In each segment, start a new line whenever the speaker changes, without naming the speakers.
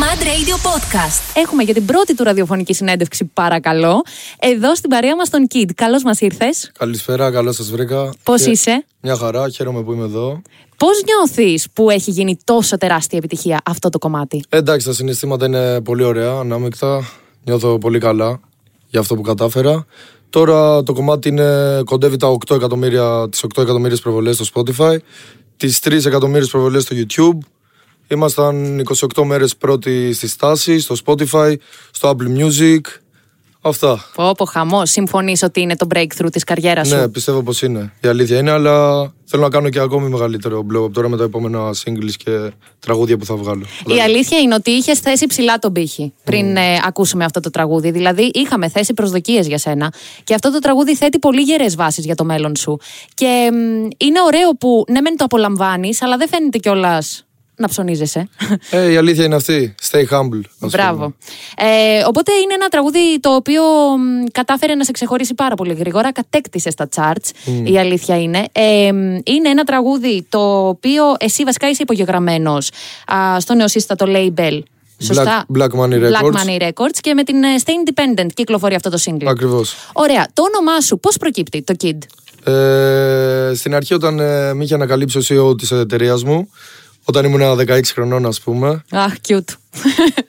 Mad Radio Podcast.
Έχουμε για την πρώτη του ραδιοφωνική συνέντευξη, παρακαλώ, εδώ στην παρέα μας τον Kid. Καλώς μας ήρθες.
Καλησπέρα, καλώ σας βρήκα.
Πώς
Χε-
είσαι,
Μια χαρά, χαίρομαι που είμαι εδώ.
Πώς νιώθεις που έχει γίνει τόσο τεράστια επιτυχία αυτό το κομμάτι.
Ε, Εντάξει, τα συναισθήματα είναι πολύ ωραία, ανάμεικτα. Νιώθω πολύ καλά για αυτό που κατάφερα. Τώρα το κομμάτι είναι, κοντεύει τα 8 εκατομμύρια, τις 8 εκατομμύριες προβολές στο Spotify, τις 3 εκατομμύριες προβολές στο YouTube. Ήμασταν 28 μέρες πρώτοι στη στάση, στο Spotify, στο Apple Music. Αυτά.
Πω, πω χαμό, συμφωνείς ότι είναι το breakthrough της καριέρας σου.
Ναι, πιστεύω πως είναι. Η αλήθεια είναι, αλλά θέλω να κάνω και ακόμη μεγαλύτερο blow up τώρα με τα επόμενα singles και τραγούδια που θα βγάλω.
Η αλήθεια είναι ότι είχες θέσει ψηλά τον πύχη πριν ε, ακούσουμε αυτό το τραγούδι. Δηλαδή, είχαμε θέσει προσδοκίες για σένα. Και αυτό το τραγούδι θέτει πολύ γερές βάσεις για το μέλλον σου. Και μ, είναι ωραίο που ναι, μεν το απολαμβάνεις, αλλά δεν φαίνεται κιόλας να ψωνίζεσαι.
Ε, η αλήθεια είναι αυτή. Stay humble. ας πούμε.
Μπράβο. Ε, οπότε είναι ένα τραγούδι το οποίο μ, κατάφερε να σε ξεχωρίσει πάρα πολύ γρήγορα. Κατέκτησε στα charts,
Mm.
η αλήθεια είναι. Ε, μ, είναι ένα τραγούδι το οποίο εσύ βασικά είσαι υπογεγραμμένος στο νεοσύστατο label. Σωστά.
Black Money Records.
Money Records και με την ε, Stay Independent κυκλοφορεί αυτό το single.
Ακριβώς.
Ωραία. Το όνομά σου πώς προκύπτει το Kid.
Ε, στην αρχή, όταν ε, με είχε ανακαλύψει ο CEO της εταιρείας μου, όταν ήμουν 16 χρονών, ας πούμε,
Αχ, cute.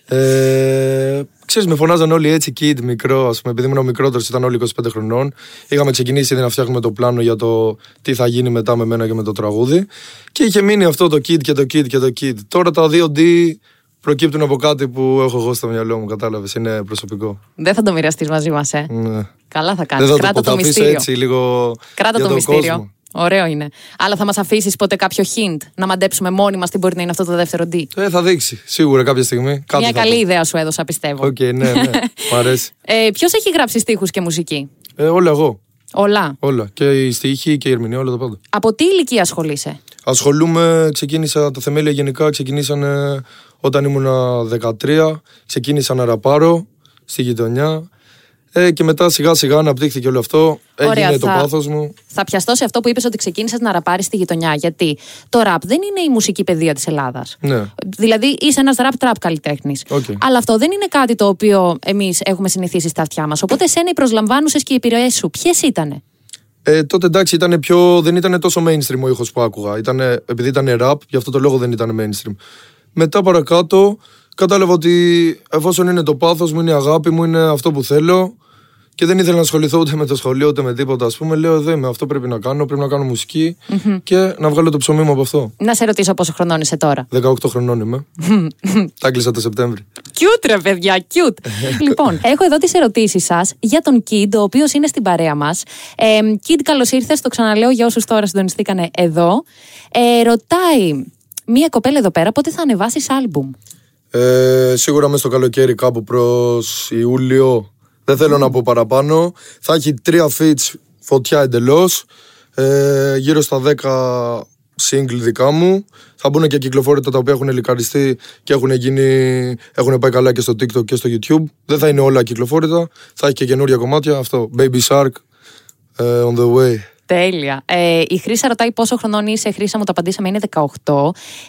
Ε, ξέρεις, με φωνάζαν όλοι έτσι kid, μικρό, ας πούμε, επειδή ήμουν ο μικρότερος, ήταν όλοι 25 χρονών. Είχαμε ξεκινήσει ήδη να φτιάχνουμε το πλάνο για το τι θα γίνει μετά με μένα και με το τραγούδι. Και είχε μείνει αυτό το kid και το kid και το kid. Τώρα τα δύο D προκύπτουν από κάτι που έχω εγώ στο μυαλό μου, κατάλαβες. Είναι προσωπικό.
δεν θα το μοιραστείς μαζί μας, ε.
Ναι.
Καλά θα
Δεν
κάνει.
θα
Κράτα το,
το, πω, θα αφήσω
μυστήριο.
έτσι λίγο.
Κράτα
για
το
τον
μυστήριο.
κόσμο.
Ωραίο είναι. Αλλά θα μας αφήσεις ποτέ κάποιο hint να μαντέψουμε μόνοι μας τι μπορεί να είναι αυτό το δεύτερο D.
Ε, θα δείξει σίγουρα κάποια στιγμή. Κάτι
Μια
θα
καλή
πω.
ιδέα σου έδωσα, πιστεύω.
Οκ, ναι, ναι. Μ' αρέσει.
Ε, Ποιος έχει γράψει στίχους και μουσική,
Ε, όλα εγώ.
Όλα.
Όλα. Και η στοίχη και η ερμηνεία, όλα τα πάντα.
Από τι ηλικία ασχολείσαι,
Ασχολούμαι, ξεκίνησα τα θεμέλια γενικά, ξεκινήσαν ε, όταν ήμουν 13, ξεκίνησα να ραπάρω στη γειτονιά ε, και μετά σιγά σιγά αναπτύχθηκε όλο αυτό, έγινε
Ωραία,
το
θα-
πάθος μου.
Θα πιαστώ σε αυτό που είπες ότι ξεκίνησες να ραπάρεις στη γειτονιά. Γιατί το ραπ δεν είναι η μουσική παιδεία της Ελλάδας.
Ναι.
Δηλαδή, είσαι ένας ραπ τραπ καλλιτέχνης.
Οκ.
Αλλά αυτό δεν είναι κάτι το οποίο εμείς έχουμε συνηθίσει στα αυτιά μας. Οπότε, σένα οι προσλαμβάνουσες και οι επιρροές σου, ποιες ήταν.
Ε, τότε εντάξει, ήτανε πιο, δεν ήταν τόσο mainstream ο ήχος που άκουγα. Ήτανε, επειδή ήταν rap, γι' αυτό το λόγο δεν ήταν mainstream. Μετά παρακάτω, κατάλαβα ότι εφόσον είναι το πάθος μου, είναι η αγάπη μου, είναι αυτό που θέλω και δεν ήθελα να ασχοληθώ ούτε με το σχολείο ούτε με τίποτα. Ας πούμε, λέω εδώ είμαι, αυτό πρέπει να κάνω, πρέπει να κάνω μουσική και να βγάλω το ψωμί μου από αυτό.
Να σε ρωτήσω πόσο χρονών είσαι τώρα.
18 χρονών είμαι. Τα κλείσα το Σεπτέμβρη.
Cute ρε παιδιά, cute. λοιπόν, έχω εδώ τις ερωτήσεις σας για τον Kid, ο οποίος είναι στην παρέα μας. Ε, Kid, καλώς ήρθες, το ξαναλέω για όσους τώρα συντονιστήκανε εδώ. Ε, ρωτάει μία κοπέλα εδώ πέρα πότε θα ανεβάσεις άλμπουμ.
Ε, σίγουρα μέσα στο καλοκαίρι κάπου προς Ιούλιο Δεν θέλω να πω παραπάνω Θα έχει τρία feats φωτιά εντελώς ε, Γύρω στα 10 single δικά μου Θα μπουν και κυκλοφόρητα τα οποία έχουν ελικαριστεί Και έχουν, γίνει, έχουν πάει καλά και στο TikTok και στο YouTube Δεν θα είναι όλα κυκλοφόρητα Θα έχει και καινούρια κομμάτια Αυτό Baby Shark ε, On the way
Τέλεια. Ε, η Χρύσα ρωτάει πόσο χρονών είσαι. Χρύσα μου το απαντήσαμε, είναι 18.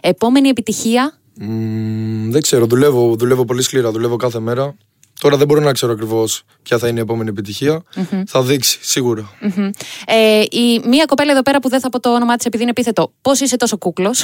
Επόμενη επιτυχία.
Μμμ, δεν ξέρω, δουλεύω, δουλεύω πολύ σκληρά, δουλεύω κάθε μέρα. Τώρα δεν μπορώ να ξέρω ακριβώς ποια θα είναι η επόμενη επιτυχία. Θα δείξει, σίγουρα.
Μμμ. Ε, η, μία κοπέλα εδώ πέρα που δεν θα πω το όνομά της επειδή είναι επίθετο. Πώς είσαι τόσο κούκλος.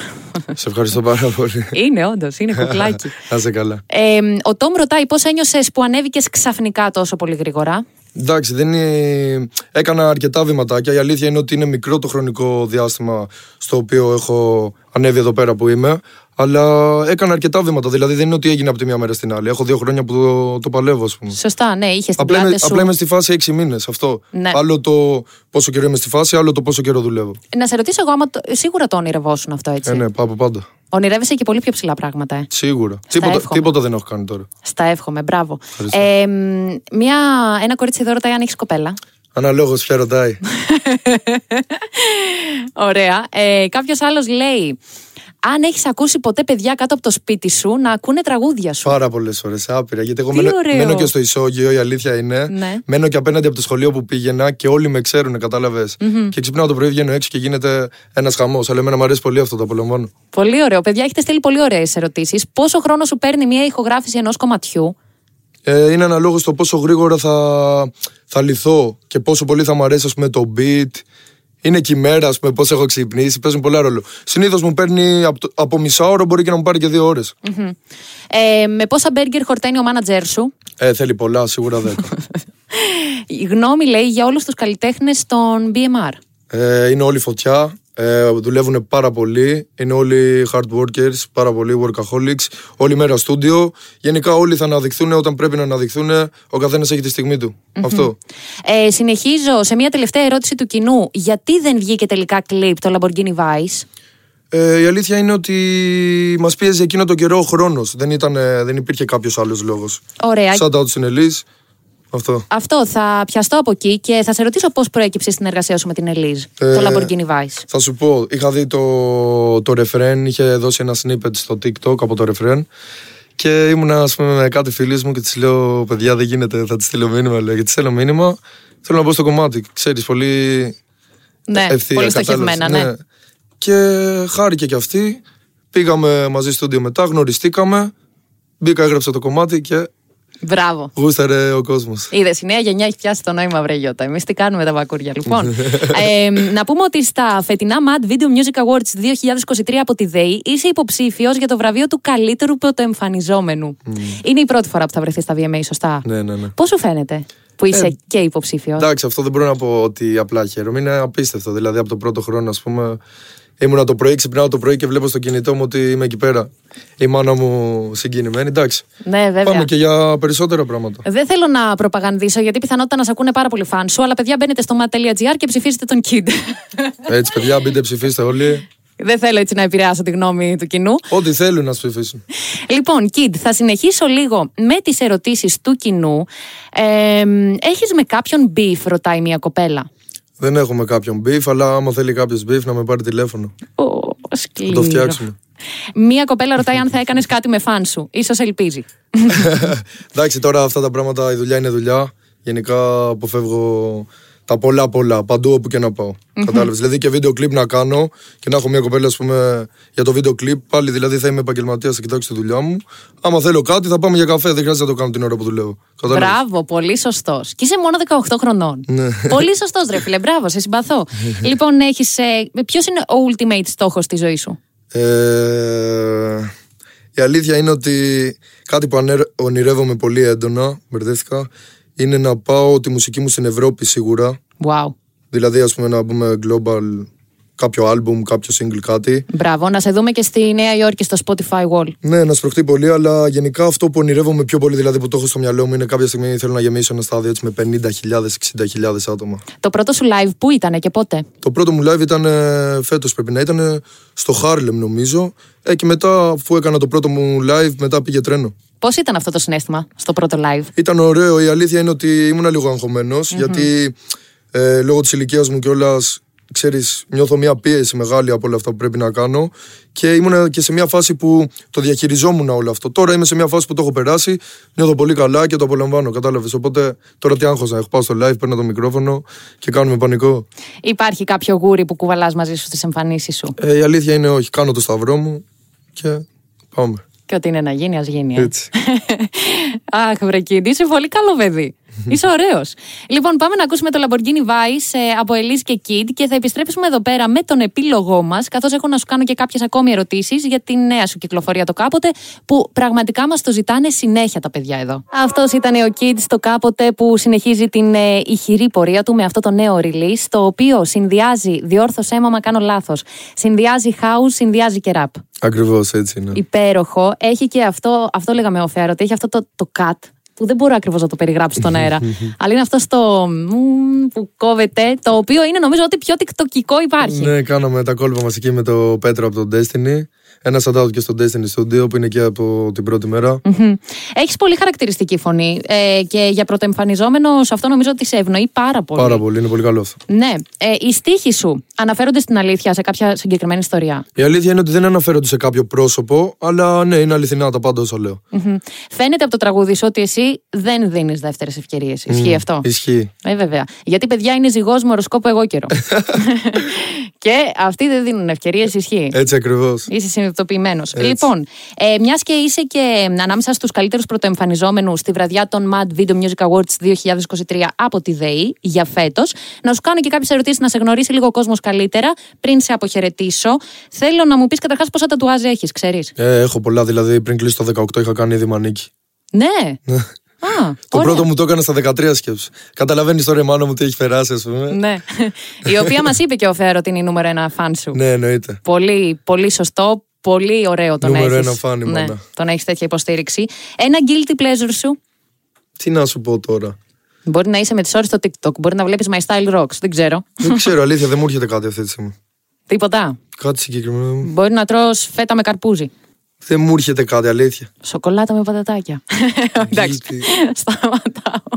Σε ευχαριστώ πάρα πολύ.
είναι, όντως, είναι κουκλάκι.
Να είσαι καλά.
Ε, ο Τόμ ρωτάει πώς ένιωσες που ανέβηκες ξαφνικά τόσο πολύ γρήγορα.
Εντάξει, δεν είναι... έκανα αρκετά βηματάκια. Η αλήθεια είναι ότι είναι μικρό το χρονικό διάστημα στο οποίο έχω ανέβει εδώ πέρα που είμαι. Αλλά έκανα αρκετά βήματα. Δηλαδή δεν είναι ότι έγινε από τη μια μέρα στην άλλη. Έχω δύο χρόνια που το, το παλεύω, ας πούμε.
Σωστά, ναι, είχε την
Απλά,
πλάτη
είμαι,
σου.
απλά είμαι στη φάση 6 μήνες. Αυτό.
Ναι.
Άλλο το πόσο καιρό είμαι στη φάση, άλλο το πόσο καιρό δουλεύω.
Να σε ρωτήσω εγώ, άμα το- σίγουρα το όνειρευόσουν αυτό έτσι.
Ε, ναι, πάω από πάντα.
Ονειρεύεσαι και πολύ πιο ψηλά πράγματα. Ε.
Σίγουρα. Τίποτα,
εύχομαι.
τίποτα δεν έχω κάνει τώρα.
Στα εύχομαι, μπράβο. Ε, μ, μια, ένα κορίτσι εδώ ρωτάει αν έχεις κοπέλα.
Αναλόγως ποια ρωτάει.
Ωραία. Ε, Κάποιος άλλος λέει. αν έχεις ακούσει ποτέ παιδιά κάτω από το σπίτι σου να ακούνε τραγούδια σου.
Πάρα πολλές φορές, άπειρα. Γιατί εγώ
Τι
μένω,
ωραίο.
μένω και στο ισόγειο, η αλήθεια είναι.
Ναι.
Μένω και απέναντι από το σχολείο που πήγαινα και όλοι με ξέρουν, κατάλαβες. Και ξυπνάω το πρωί, βγαίνω έξω και γίνεται ένας χαμός. Αλλά εμένα μου αρέσει πολύ αυτό, το απολαμβάνω.
Πολύ ωραίο. Παιδιά, έχετε στείλει πολύ ωραίες ερωτήσεις. Πόσο χρόνο σου παίρνει μια ηχογράφηση ενός κομματιού.
Ε, είναι αναλόγως στο πόσο γρήγορα θα, θα λυθώ και πόσο πολύ θα μου αρέσει ας πούμε, το beat. Είναι εκεί η μέρα, ας πούμε, πώς έχω ξυπνήσει. Παίζουν πολλά ρόλο. Συνήθως μου παίρνει από, το- από μισά ώρα, μπορεί και να μου πάρει και δύο ώρες.
Μμμ. Ε, με πόσα μπέργκερ χορταίνει ο μάνατζερ σου.
Ε, θέλει πολλά, σίγουρα δέκα.
Η γνώμη λέει για όλους τους καλλιτέχνες των BMR.
Ε, είναι όλοι φωτιά. Ε, δουλεύουν πάρα πολύ. Είναι όλοι hard workers, πάρα πολύ workaholics. Όλη μέρα στούντιο. Γενικά όλοι θα αναδειχθούν όταν πρέπει να αναδειχθούν. Ο καθένας έχει τη στιγμή του. Αυτό.
Ε, συνεχίζω σε μια τελευταία ερώτηση του κοινού. Γιατί δεν βγήκε τελικά κλειπ το Lamborghini Vice.
Ε, η αλήθεια είναι ότι μας πίεζε εκείνο τον καιρό ο χρόνος. Δεν, ήταν, ε, δεν υπήρχε κάποιος άλλος λόγος.
Ωραία.
Σαν τα στην Ελίζ. Αυτό.
Αυτό θα πιαστώ από εκεί και θα σε ρωτήσω πώς προέκυψε η συνεργασία σου με την Ελίζ.
Ε,
Το Lamborghini Vice.
Θα σου πω, είχα δει το, το ρεφρέν, είχε δώσει ένα snippet στο TikTok από το ρεφρέν και ήμουνα ας πούμε, με κάτι φίλες μου και της λέω: Παιδιά, δεν γίνεται, θα της στείλω μήνυμα. Λέω: Γιατί στέλνω μήνυμα, θέλω να μπω στο κομμάτι. Ξέρεις, πολύ
Ναι,
ευθεία.
πολύ
κατάλαβες,
στοχευμένα, ναι.
Και χάρηκε κι αυτή. Πήγαμε μαζί στο studio μετά, γνωριστήκαμε. Μπήκα, έγραψα το κομμάτι και
Μπράβο.
γούσταρε ο κόσμος.
Είδες, η νέα γενιά έχει πιάσει το νόημα, βρε Γιώτα. Εμείς τι κάνουμε τα βακούρια, λοιπόν. ε, να πούμε ότι στα φετινά Mad Video Music Awards 2023 από τη ΔΕΗ είσαι υποψήφιος για το βραβείο του καλύτερου πρωτοεμφανιζόμενου. Είναι η πρώτη φορά που θα βρεθείς στα VMA, σωστά.
Mm. Ναι, ναι, ναι.
Πώς σου φαίνεται που είσαι και υποψήφιος.
Εντάξει, αυτό δεν μπορώ να πω ότι απλά χαίρομαι. Είναι απίστευτο. Δηλαδή, από τον πρώτο χρόνο, ας πούμε, ήμουνα το πρωί, ξυπνάω το πρωί και βλέπω στο κινητό μου ότι είμαι εκεί πέρα. Η μάνα μου συγκινημένη. Εντάξει.
Ναι, βέβαια.
Πάμε και για περισσότερα πράγματα.
Δεν θέλω να προπαγανδίσω γιατί πιθανότητα να σε ακούνε πάρα πολλοί φαν σου, αλλά παιδιά μπαίνετε στο mat.gr και ψηφίζετε τον Kid.
Έτσι, παιδιά, μπείτε, ψηφίστε όλοι.
Δεν θέλω έτσι να επηρεάσω τη γνώμη του κοινού.
Ό,τι θέλουν να ψηφίσουν.
Λοιπόν, Κιντ, θα συνεχίσω λίγο με τις ερωτήσεις του κοινού. Ε, έχεις με κάποιον beef, ρωτάει μια κοπέλα.
Δεν έχουμε κάποιον beef, αλλά άμα θέλει κάποιος beef να με πάρει τηλέφωνο.
Ω,
Να
σκληρό.
το φτιάξουμε.
Μια κοπέλα ρωτάει αν θα έκανες κάτι με φαν σου. Ίσως ελπίζει.
Εντάξει, τώρα αυτά τα πράγματα, η δουλειά είναι δουλειά. Γενικά αποφεύγω τα πολλά πολλά, παντού όπου και να πάω. Κατάλαβες. Δηλαδή και βίντεο κλιπ να κάνω και να έχω μια κοπέλα, ας πούμε, για το βίντεο κλιπ. Πάλι δηλαδή θα είμαι επαγγελματίας, θα κοιτάξω τη δουλειά μου. Άμα θέλω κάτι, θα πάμε για καφέ. Δεν χρειάζεται να το κάνω την ώρα που δουλεύω. Κατάλαβες.
Μπράβο, πολύ σωστός. Και είσαι μόνο 18 χρονών.
Ναι.
πολύ σωστός, ρε φίλε. Μπράβο, σε συμπαθώ. λοιπόν, έχεις, ε, ποιος είναι ο ultimate στόχος στη ζωής σου.
Ε, η αλήθεια είναι ότι κάτι που ανέρ- ονειρεύομαι πολύ έντονα, μπερδεύτηκα, είναι να πάω τη μουσική μου στην Ευρώπη σίγουρα.
Wow.
Δηλαδή, ας πούμε, να μπούμε global κάποιο album, κάποιο single, κάτι.
Μπράβο, να σε δούμε και στη Νέα Υόρκη στο Spotify Wall.
Ναι, να σπροχτεί πολύ, αλλά γενικά αυτό που ονειρεύομαι πιο πολύ, δηλαδή που το έχω στο μυαλό μου, είναι κάποια στιγμή θέλω να γεμίσω ένα στάδιο έτσι με 50.000-60.000 άτομα.
Το πρώτο σου live που ήταν και πότε.
Το πρώτο μου live ήταν ε, φέτος πρέπει να ήταν ε, στο Χάρλεμ νομίζω ε, και μετά αφού έκανα το πρώτο μου live μετά πήγε τρένο.
Πώς ήταν αυτό το συνέστημα στο πρώτο live.
Ήταν ωραίο. Η αλήθεια είναι ότι ήμουν λίγο αγχωμένος, γιατί ε, λόγω της ηλικίας μου κιόλας, ξέρεις, νιώθω μια πίεση μεγάλη από όλα αυτά που πρέπει να κάνω. Και ήμουν και σε μια φάση που το διαχειριζόμουν όλο αυτό. Τώρα είμαι σε μια φάση που το έχω περάσει, νιώθω πολύ καλά και το απολαμβάνω. Κατάλαβες. Οπότε τώρα τι άγχος να έχω. Πάω στο live, παίρνω το μικρόφωνο και κάνουμε πανικό.
Υπάρχει κάποιο γούρι που κουβαλάς μαζί σου στις εμφανίσεις σου.
Ε, η αλήθεια είναι όχι. Κάνω το σταυρό μου και πάμε.
Και ό,τι είναι να γίνει, ας γίνει. ε.
Έτσι.
Αχ, Βρεκίνη, είσαι πολύ καλό παιδί. Είσαι ωραίος. λοιπόν, πάμε να ακούσουμε το Lamborghini Vice ε, από Ελίζ και Kid και θα επιστρέψουμε εδώ πέρα με τον επίλογό μας καθώς έχω να σου κάνω και κάποιες ακόμη ερωτήσεις για τη νέα σου κυκλοφορία το κάποτε, που πραγματικά μας το ζητάνε συνέχεια τα παιδιά εδώ. Αυτός ήταν ο Kid στο κάποτε που συνεχίζει την ε, ηχηρή πορεία του με αυτό το νέο release, το οποίο συνδυάζει, διόρθωσέ μου άμα κάνω λάθος, συνδυάζει house, συνδυάζει και rap.
Ακριβώς έτσι είναι.
Υπέροχο. Έχει και αυτό, αυτό λέγαμε ο Φέαρο, ότι έχει αυτό το, το cut που δεν μπορώ ακριβώς να το περιγράψω στον αέρα. Αλλά είναι αυτό στο μμμ που κόβεται, το οποίο είναι νομίζω ότι πιο τικτοκικό υπάρχει.
Ναι, κάναμε τα κόλπα μας εκεί με το Πέτρο από τον Destiny. Ένας shout-out και στο Destiny Studio που είναι εκεί από την πρώτη μέρα.
Έχεις Hm. πολύ χαρακτηριστική φωνή. Ε, και για πρωτοεμφανιζόμενο, σε αυτό νομίζω ότι σε ευνοεί πάρα πολύ.
Πάρα πολύ, είναι πολύ καλό αυτό.
Ναι. Ε, οι στίχοι σου αναφέρονται στην αλήθεια σε κάποια συγκεκριμένη ιστορία.
Η αλήθεια είναι ότι δεν αναφέρονται σε κάποιο πρόσωπο, αλλά ναι, είναι αληθινά τα πάντα όσα λέω.
Μμμ. Φαίνεται από το τραγούδι σου ότι εσύ δεν δίνεις δεύτερες ευκαιρίες. Ισχύει αυτό.
Ισχύει.
Ε, βέβαια. Γιατί παιδιά είναι ζυγός με οροσκόπο εγώ καιρό. και αυτοί δεν δίνουν ευκαιρίες, ισχύει.
Έτσι ακριβώς.
Είσαι συνειδητοποιημένος. Λοιπόν, ε, μιας και είσαι και ανάμεσα στους καλύτερους πρωτοεμφανιζόμενους στη βραδιά των Mad Video Music Awards 2023 από τη ΔΕΗ για φέτος, να σου κάνω και κάποιες ερωτήσεις να σε γνωρίσει λίγο ο κόσμος καλύτερα πριν σε αποχαιρετήσω. Θέλω να μου πεις καταρχάς πόσα τατουάζ έχεις, ξέρεις.
Ε, έχω πολλά, δηλαδή πριν κλείσω το 18 είχα κάνει ήδη μανίκι.
Ναι. Α,
Το
ωραία.
πρώτο μου το έκανα στα 13 σκέψη. Καταλαβαίνεις τώρα η μάνα μου τι έχει περάσει, ας πούμε.
Ναι. Η οποία μας είπε και ο Φέρο ότι είναι η νούμερο ένα φαν σου.
Ναι, εννοείται.
Πολύ, πολύ σωστό. Πολύ ωραίο το
Νούμερο
να έχεις.
ένα φαν η
ναι,
μάνα.
το να έχεις τέτοια υποστήριξη. Ένα guilty pleasure σου.
Τι να σου πω τώρα.
Μπορεί να είσαι με τις ώρες στο TikTok. Μπορεί να βλέπεις My Style Rocks. Δεν ξέρω.
Δεν ξέρω, αλήθεια, δεν μου έρχεται κάτι αυτή τη στιγμή.
Τίποτα.
Κάτι συγκεκριμένο.
Μπορεί να τρως φέτα με καρπούζι.
Δεν μου έρχεται κάτι, αλήθεια.
Σοκολάτα με πατατάκια. Εντάξει. Σταματάω.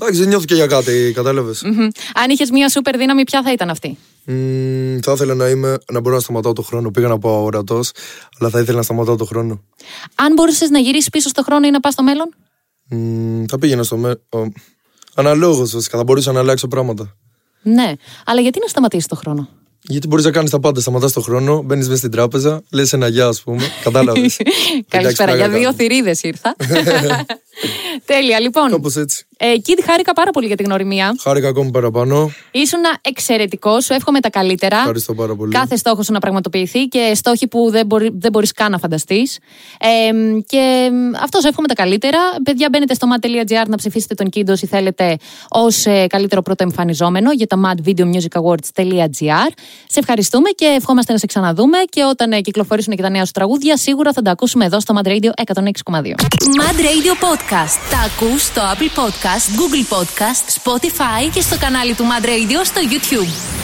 Εντάξει, δεν νιώθω και για κάτι, κατάλαβες.
Μμμ. Αν είχες μία σούπερ δύναμη, ποια θα ήταν αυτή.
θα ήθελα να, είμαι, να μπορώ να σταματάω το χρόνο. Πήγα να πάω ορατός, αλλά θα ήθελα να σταματάω το χρόνο.
Αν μπορούσες να γυρίσεις πίσω στο χρόνο ή να πας στο μέλλον.
Μμμ, θα πήγαινα στο μέλλον. Αναλόγως, βασικά. Θα μπορούσα να αλλάξω πράγματα.
Ναι. Αλλά γιατί να σταματήσεις το χρόνο.
Γιατί μπορείς να κάνεις τα πάντα. Σταματάς το χρόνο, μπαίνεις μέσα στην τράπεζα, λες ένα γεια, ας πούμε. Κατάλαβες.
Καλησπέρα. Για δύο
θύρε.
θηρίδες ήρθα. Τέλεια. Λοιπόν,
Κάπως έτσι.
ε, Kid, χάρηκα πάρα πολύ για την γνωριμία.
Χάρηκα ακόμη παραπάνω.
Ήσουν εξαιρετικός. Σου εύχομαι τα καλύτερα.
Ευχαριστώ πάρα πολύ.
Κάθε στόχος σου να πραγματοποιηθεί και στόχοι που δεν, μπορεί, δεν μπορείς καν να φανταστείς. Ε, μ, και μ, αυτό σε εύχομαι τα καλύτερα. Παιδιά, μπαίνετε στο mad.gr να ψηφίσετε τον Κίντο όσοι θέλετε ως ε, καλύτερο πρώτο εμφανιζόμενο για τα madvideomusicawards.gr. Σε ευχαριστούμε και ευχόμαστε να σε ξαναδούμε και όταν ε, κυκλοφορήσουν και τα νέα σου τραγούδια σίγουρα θα τα ακούσουμε εδώ στο Mad Radio 106,2.
Mad Radio Podcast. Τα ακούς στο Apple Podcast, Google Podcast, Spotify και στο κανάλι του Mad Radio στο YouTube.